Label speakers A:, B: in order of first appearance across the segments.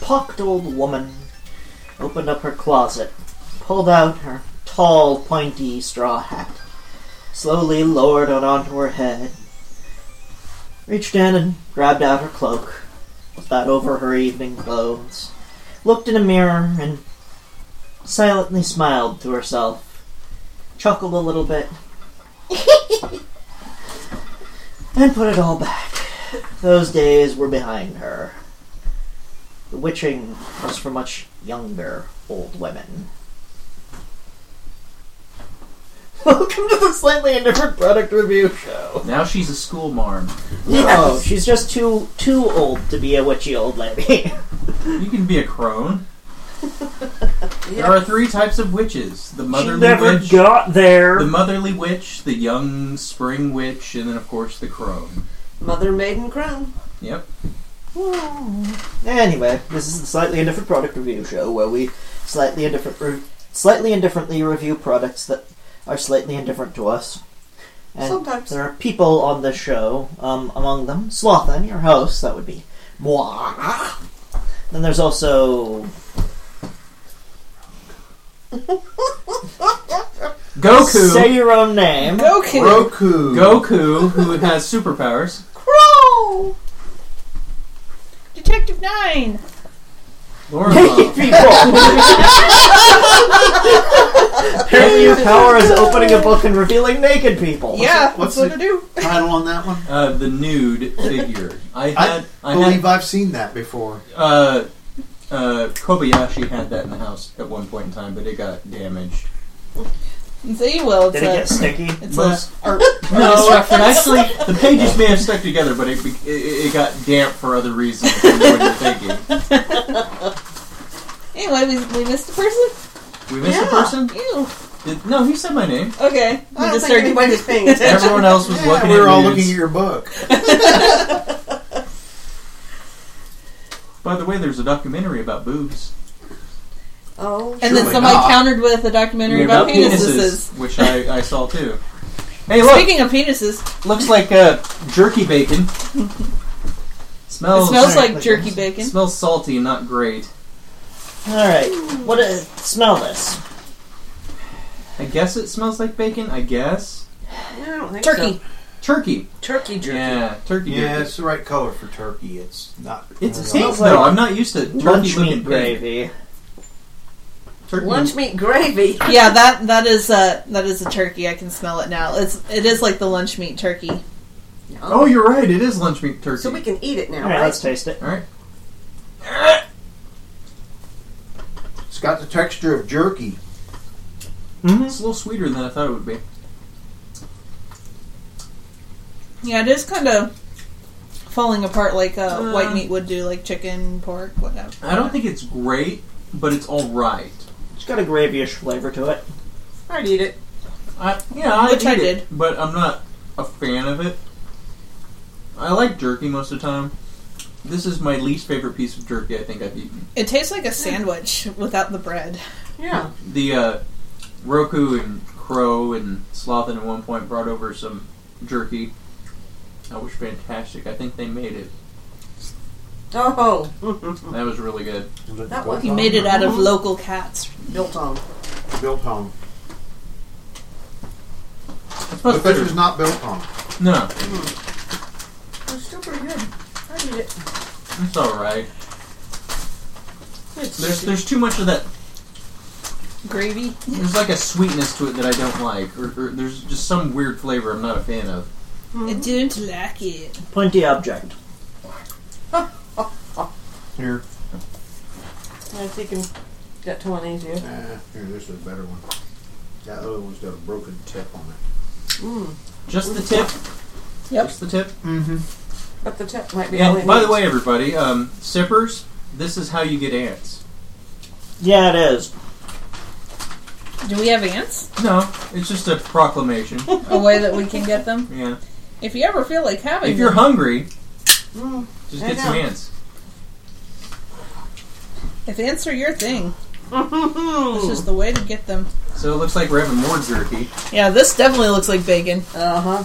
A: pocked old woman opened up her closet, pulled out her tall, pointy straw hat, slowly lowered it onto her head, reached in and grabbed out her cloak, put that over her evening clothes, looked in a mirror, and silently smiled to herself, chuckled a little bit, and put it all back. Those days were behind her. The witching was for much younger old women. Welcome to the slightly indifferent product review show.
B: Now she's a school marm.
A: Oh, she's just too too old to be a witchy old lady.
B: You can be a crone. There are three types of witches: the
C: She
B: motherly
C: never
B: witch,
C: got there.
B: the motherly witch, the young spring witch, and then of course the crone.
D: Mother, maiden, crown.
B: Yep.
A: anyway, this is the slightly indifferent product review show where we slightly indifferent re- slightly indifferently review products that are slightly indifferent to us. And
D: Sometimes.
A: there are people on the show, um, among them Slothan, your host. That would be moi. Then there's also
B: Goku.
A: say your own name.
D: Okay.
E: Roku.
B: Goku, who has superpowers.
D: Crow. Detective Nine.
A: Naked
B: Lorimar.
A: people. Apparently, your power is opening a book and revealing naked people.
D: Yeah,
E: what's
D: that's what
E: it-
D: I do.
E: Title on that one.
B: Uh, the nude figure. I had. I,
E: believe
B: had.
E: I've seen that before.
B: Uh, uh, Kobayashi had that in the house at one point in time, but it got damaged.
D: See, well, it's
A: Did it get
D: a,
A: sticky?
D: it's
B: Most-
D: a art
B: No, actually, the pages may have stuck together, but it, it, it got damp for other reasons than what you're thinking.
D: Anyway, we, we missed a person.
B: We missed a
D: Yeah.
B: person?
D: Ew.
B: Did- no, he said my name.
D: Okay.
C: I don't
D: We just
C: think
D: started.
C: anybody's paying attention.
B: Everyone else was
E: Yeah,
B: looking
E: we
B: at
E: were all
B: nudes.
E: looking at your book.
B: By the way, there's a documentary about boobs.
C: Oh,
D: And then
E: Surely
D: somebody
E: not.
D: countered with a documentary about, penises.
B: which I, I saw too. Hey, look!
D: Speaking of penises,
B: looks like uh, jerky bacon.
D: it
B: smells
A: sorry,
D: smells like
A: like
D: jerky
A: this.
D: bacon.
B: Oh, smells salty and not great.
A: All right. What? Is, smell this.
B: I guess it smells like bacon. I guess
C: I don't think
D: Turkey.
B: turkey.
C: so. Turkey jerky.
B: Yeah, turkey.
E: Yeah,
B: jerky.
E: it's the right color for turkey. It's not.
B: It's
E: I
B: it
E: don't
B: stinks
A: smells like
B: though. I'm not used to turkey
A: Lunch
B: looking
A: meat
B: pig.
A: gravy.
B: Turkey.
C: Lunch meat gravy.
D: Yeah, that that is a that is a turkey. I can smell it now. It's it is like the lunch meat turkey.
B: Oh, you're right. It is lunch meat turkey.
C: So we can eat it
A: All
C: now,
A: right,
C: right?
A: let's taste it.
B: All right.
E: know. It's got the texture of jerky.
A: Mm-hmm.
B: It's a little sweeter than I thought it would be.
D: Yeah, it is kind of falling apart like uh,
B: Uh.
D: white meat would do, like chicken, pork, whatever.
B: I don't think it's great, but it's all right.
A: It's got a gravyish flavor to it.
C: I'd eat it.
B: I, yeah, I
D: Which I
B: eat it,
D: did.
B: but I'm not a fan of it. I like jerky most of the time. This is my least favorite piece of jerky I think I've eaten.
D: It tastes like a sandwich without the bread.
C: Yeah.
B: The uh, Roku and Crow and Slothin at one point brought over some jerky. That was fantastic. I think they made it.
C: Oh,
B: That was really good.
C: That one-
D: He
E: Oh,
D: made it out of local cats.
C: biltong.
E: Built home.
B: It's
E: But
B: much
E: this
B: better.
E: is not built home.
B: No,
C: It's still pretty good. I'd eat it.
B: it's all right.
C: It's
B: There's there's too much of that.
D: Gravy.
B: There's like a sweetness to it that I don't like, or, or there's just some weird flavor I'm not a fan of.
D: I didn't like it.
A: Pointy object.
E: Here.
C: I was thinking that one easier.
E: Uh, here, this is a better one. That other one's got a broken tip on it.
B: Just the tip.
D: Yep.
B: Just the tip.
C: But the tip might be. all
B: Yeah.
C: it
B: By the
C: needs.
B: way, everybody, um, sippers, this is how you get ants.
A: Yeah, it is.
D: Do we have ants?
B: No, it's just a proclamation.
D: A way that we can get them?
C: Oh,
B: yeah.
D: If you ever feel like having
B: If you're
D: them.
B: hungry,
C: Mm.
B: just
C: I
B: get some
C: know.
B: ants.
D: If ants are your thing, this is the way to get them.
B: So it looks like we're having more jerky.
C: Uh-huh.
D: Yeah, this definitely looks like bacon.
C: Uh huh.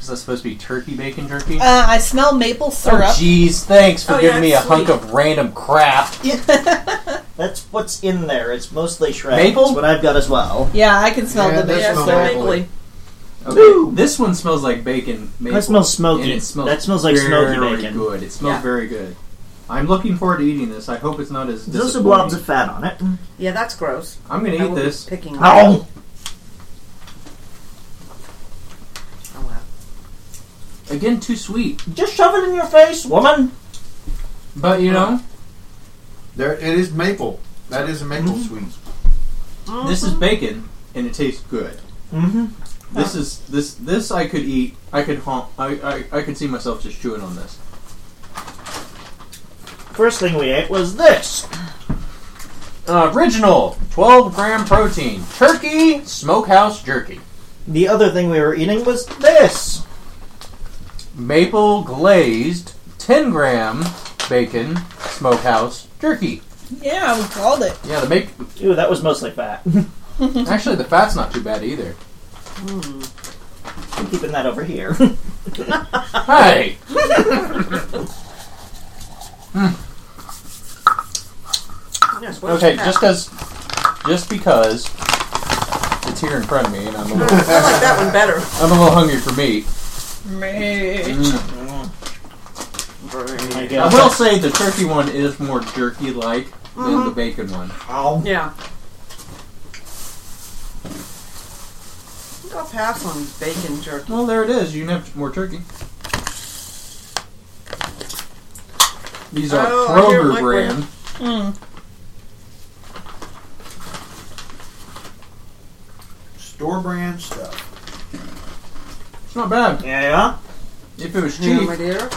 B: Is that supposed to be turkey bacon jerky?
D: Uh, I smell maple
B: oh,
D: syrup.
B: jeez, thanks for
C: Oh, yeah,
B: giving me a
C: it's
B: hunk
C: sweet.
B: of random crap.
A: That's what's in there. It's mostly shredded.
B: Maple?
A: That's what I've got as well.
D: yeah, I can smell
E: Yeah,
D: the
E: That
C: yeah,
D: maple
E: smells
C: so
D: syrup.
E: maple-y.
C: mapley.
B: Okay,
A: Ooh.
B: this one smells like bacon. Maple.
A: That smells smoky.
B: And it smells
A: that smells like
B: very
A: smoky bacon.
B: good. It smells
C: Yeah.
B: very good. I'm looking forward to eating this. I hope it's not as
A: There's also
B: disappointing. Mm-hmm.
A: blobs of fat on it.
C: Yeah, that's gross.
B: I'm
C: I
B: gonna
C: will
B: eat
C: be
B: this.
C: Picking.
A: Ow!
C: Oh wow.
B: Again, too sweet.
A: Just shove it in your face, woman!
B: But you know,
E: There, it is maple. That is a maple
B: Mm-hmm.
E: sweet.
B: this is bacon and it tastes good.
A: Mm-hmm.
B: This is this this I could eat. I could haunt. I, I I could see myself just chewing on this.
A: First thing we ate was this.
B: Uh, original 12 gram protein turkey smokehouse jerky
A: The other thing we were eating was this.
B: maple glazed 10 gram bacon smokehouse jerky.
D: Yeah, we called it.
B: Yeah, the make
A: Ew, that was mostly fat.
B: actually the fat's not too bad either.
A: I'm keeping that over here.
B: Hey.
C: Yes, what
B: Okay,
C: is that?
B: just because, just because it's here in front of me, and I'm a
C: I
B: little,
C: like that one better.
B: I'm a little hungry for meat.
A: I
B: I
A: guess.
B: will say the turkey one is more jerky-like than the
C: Mm-hmm.
B: bacon one.
A: Ow.
C: Yeah. I think I'll pass on bacon jerky.
B: Well, there it is. You can have more turkey. These are
C: Oh, I hear
B: Kroger
C: liquid.
B: brand.
D: Mm.
E: Store brand stuff.
B: It's not bad.
A: Yeah,
B: If it was
C: Yeah, Mm.
B: cheap,
C: my dear.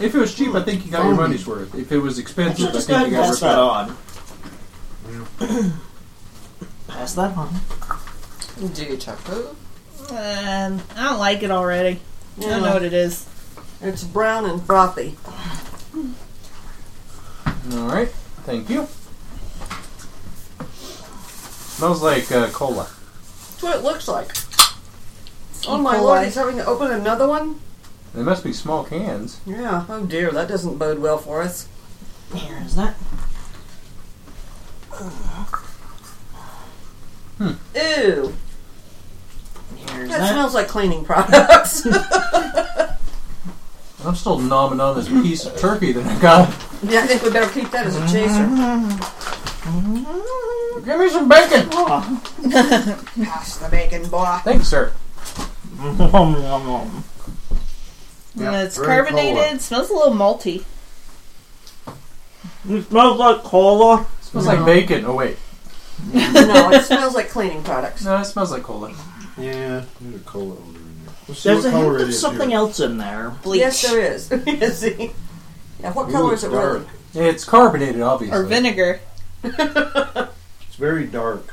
B: if it was cheap, I think you got your money's worth. If it was
A: yeah. Actually,
B: expensive, I
A: just go ahead
B: think you
A: and
B: got
A: pass
B: ripped
A: that
B: off.
A: on. pass that on.
C: Do you taco?
D: Um, I don't like it already. I
C: Yeah.
D: don't know what it is.
C: It's brown and frothy.
B: All right, thank you. Smells like uh, cola.
C: That's what it looks like. Oh
D: E.
C: my
D: coli.
C: lord, he's having to open another one?
B: They must be small cans.
C: Yeah. Oh dear, that doesn't bode well for us.
A: Here is that.
C: Ew.
A: Here's
C: That
A: that.
C: smells like cleaning products.
B: I'm still nomming on this piece of turkey that I got.
C: yeah, I think we better keep that as a chaser.
B: Give me some bacon.
C: Pass the bacon, boy.
B: Thank you, sir.
A: Nom, nom, nom.
D: Uh, it's
E: very
D: carbonated.
E: cola.
D: Smells a little malty.
A: It smells like cola.
B: smells like bacon. Oh wait,
C: no, it smells like cleaning products.
B: no, it smells like cola.
E: Yeah, there's a cola over in there. Let's see
A: There's a
E: what color
A: hint
E: it
A: of
E: is
A: something
E: here.
A: else in there.
D: Bleach.
C: Yes, there is. you see? Yeah, what
E: Ooh,
C: color is
E: it's
C: it
E: dark.
C: really?
B: It's carbonated, obviously.
D: Or vinegar.
E: It's very dark.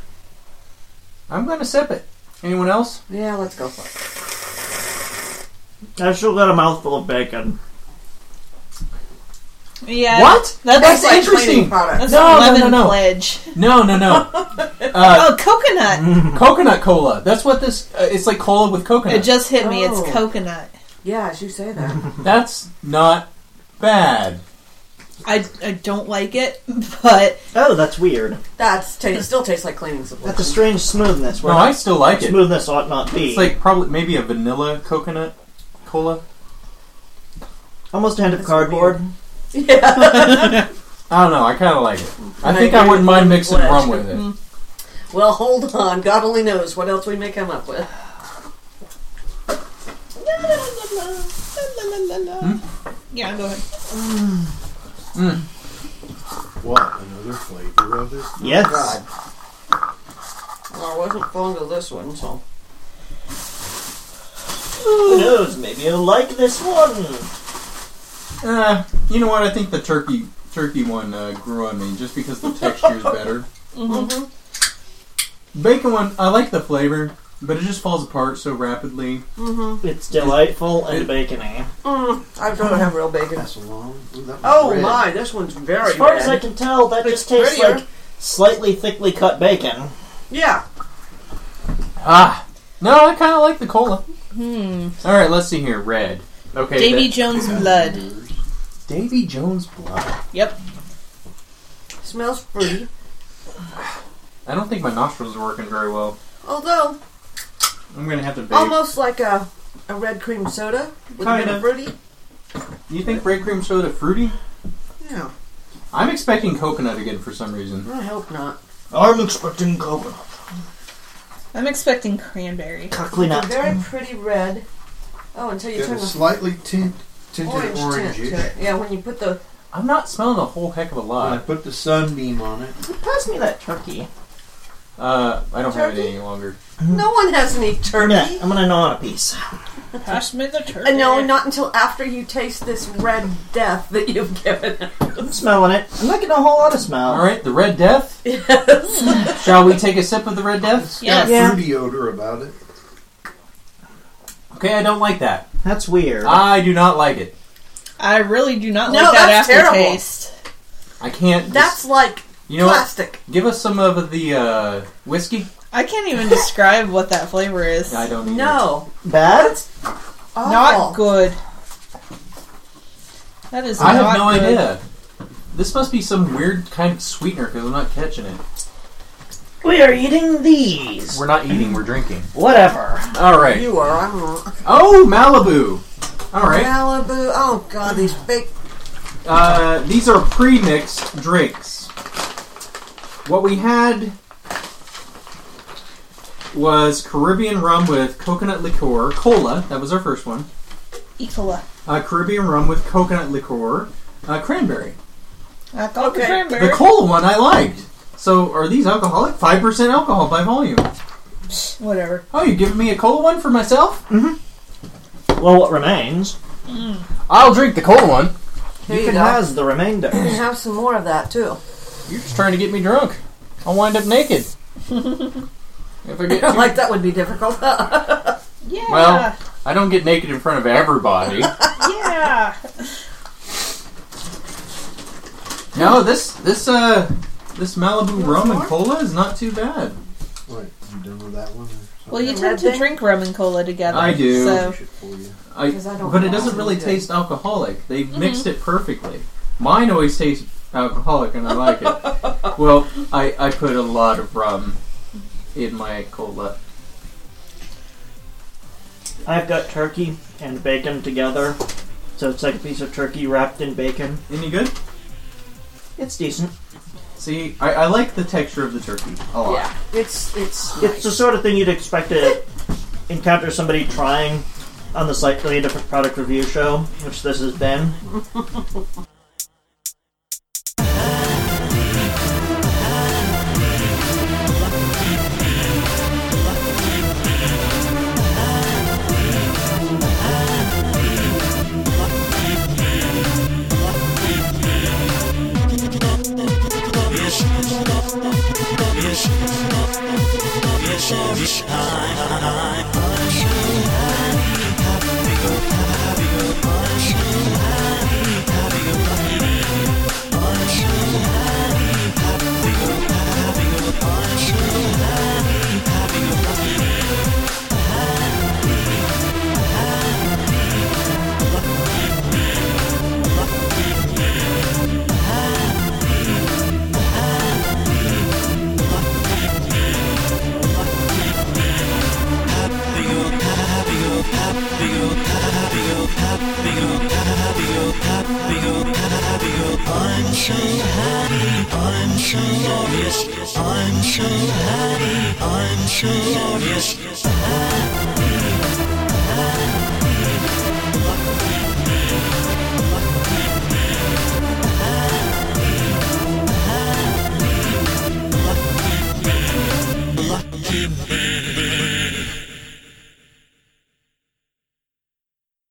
B: I'm gonna sip it. Anyone else?
C: Yeah, let's go for it.
A: I still got a mouthful of bacon.
D: Yeah.
B: What?
D: That
B: That's
D: looks like
B: interesting.
C: Cleaning products.
D: that's
B: No, no,
D: lemon
B: no, no.
D: pledge.
B: No, no, no. Uh,
D: Oh, coconut.
B: coconut cola. That's what this. Uh, it's like cola with
D: It
B: coconut.
D: just hit me.
C: Oh.
D: It's coconut.
C: Yeah, as you say that.
B: That's not bad.
D: I, I don't like it, but
A: Oh, that's weird.
C: That's ta- it still tastes like cleaning
A: That's a
C: supplies.
A: strange smoothness.
B: No,
A: Where
B: I still like it.
A: smoothness ought not be.
B: It's like probably maybe a vanilla coconut cola.
A: almost a hand of
C: That's
A: cardboard.
C: yeah.
B: I don't know. I kind of like it. I
C: And I
B: think
C: agree
B: I wouldn't
C: with
B: mind
C: lemon
B: mixing
C: pledge.
B: rum with it.
C: Well, hold on. God only knows what else we may come up with.
D: yeah, go ahead.
E: What? Another flavor of this?
A: Yes.
E: God.
C: Well, I wasn't fond of this one, so.
A: Who knows? Maybe you'll like this one.
B: Uh, you know what? I think the turkey turkey one uh, grew on me just because the texture is better. Mm-hmm. Bacon one, I like the flavor, but it just falls apart so rapidly.
A: It's delightful and
B: It-
A: bacony.
C: Mm, I'd rather have real bacon.
E: That's a long. Ooh, that one's
C: Oh
E: red.
C: my, this one's very
A: As far as I
C: red.
A: can tell, that
C: It's
A: just tastes
C: prettier.
A: like slightly thickly cut bacon.
C: Yeah.
B: Ah, no, I kind of like the cola.
D: Hmm.
B: All right, let's see here. Red. Okay.
D: Davy
B: that- Mm-hmm.
D: Jones blood.
B: Davy Jones blood.
D: Yep.
C: Smells fruity.
B: I don't think my nostrils are working very well.
C: Although,
B: I'm gonna have to bake.
C: almost like a, a red cream soda with a bit
B: Kinda.
C: of fruity.
B: You think red cream soda fruity?
C: No,
B: I'm expecting coconut again for some reason.
C: I hope not.
E: I'm expecting coconut.
D: I'm expecting cranberry.
A: Cockly
C: It's a
A: nut.
C: very pretty red. Oh, until you
E: Got
C: turn
E: a
C: the
E: slightly tint, tinted
C: orange,
E: orangey.
C: tint to it. Yeah, when you put the
B: I'm not smelling a whole heck of a
E: When I
B: lot.
E: put the sunbeam on it.
A: Pass me that turkey.
B: Uh, I don't have it
C: Turkey?
B: any longer.
C: no one has any
A: Turn
C: turkey.
A: it. I'm gonna gnaw on a piece.
D: Pass me the turkey.
C: Uh, no, not until after you taste this red death that you've given.
A: I'm smelling it. I'm not getting a whole lot of smell.
B: All right, the Red Death.
C: Yes.
B: Shall we take a sip of the Red Death?
E: It's got
D: Yes.
E: a fruity odor about it.
B: Okay, I don't like that.
A: That's weird.
C: Ah.
B: I do not like it.
D: I really do not
C: No,
D: like that
C: that's terrible.
D: aftertaste.
B: I can't. just-
C: That's like
B: you know what?
C: plastic.
B: Give us some of the uh, whiskey.
D: I can't even describe what that flavor is.
B: I don't. either.
C: No. Oh.
A: Bad?
D: Not
C: Awful.
D: good. That is.
B: I have
D: not
B: no
D: good.
B: idea. This must be some weird kind of sweetener because I'm not catching it.
A: We are eating these.
B: We're not eating, we're drinking.
A: Whatever.
B: All right.
C: You are. I'm not.
B: Oh, Malibu. All right.
C: Malibu. Oh God, these fake.
B: Uh, these are pre-mixed drinks. What we had was Caribbean rum with coconut liqueur, cola. That was our first one.
D: Ecola.
B: Uh, Caribbean rum with coconut liqueur, uh, cranberry.
D: I call it
C: Okay.
D: cranberry.
B: The cola one I liked. So are these alcoholic? Five percent alcohol by volume.
D: Psh, Whatever.
B: Oh, you giving me a cola one for myself?
A: Well, what remains?
B: I'll drink the cola one.
C: Here you,
A: Ethan
C: go.
A: has the remainder.
C: have some more of that too.
B: You're just trying to get me drunk. I'll wind up naked. if I get too-
C: like that would be difficult.
D: Yeah.
B: Well- I don't get naked in front of everybody.
D: yeah.
B: no, this this uh this Malibu rum and cola is not too bad.
E: What? You done with that one? or something?
D: Well, you
C: The
D: tend
C: red
D: to
C: thing?
D: drink rum and cola together.
B: I do.
D: So
E: Shit for you.
B: I,
C: 'Cause I don't
B: but it
C: know.
B: doesn't really
C: Yeah.
B: taste alcoholic. They
C: Mm-hmm.
B: mixed it perfectly. Mine always tastes alcoholic, and I like it. well, I I put a lot of rum in my cola.
A: I've got turkey and bacon together. So it's like a piece of turkey wrapped in bacon.
B: Any good?
A: It's decent.
B: See, I, I like the texture of the turkey a lot.
C: yeah, it's it's
A: It's
C: nice.
A: the sort of thing you'd expect to encounter somebody trying on the slightly different product review show, which this has been.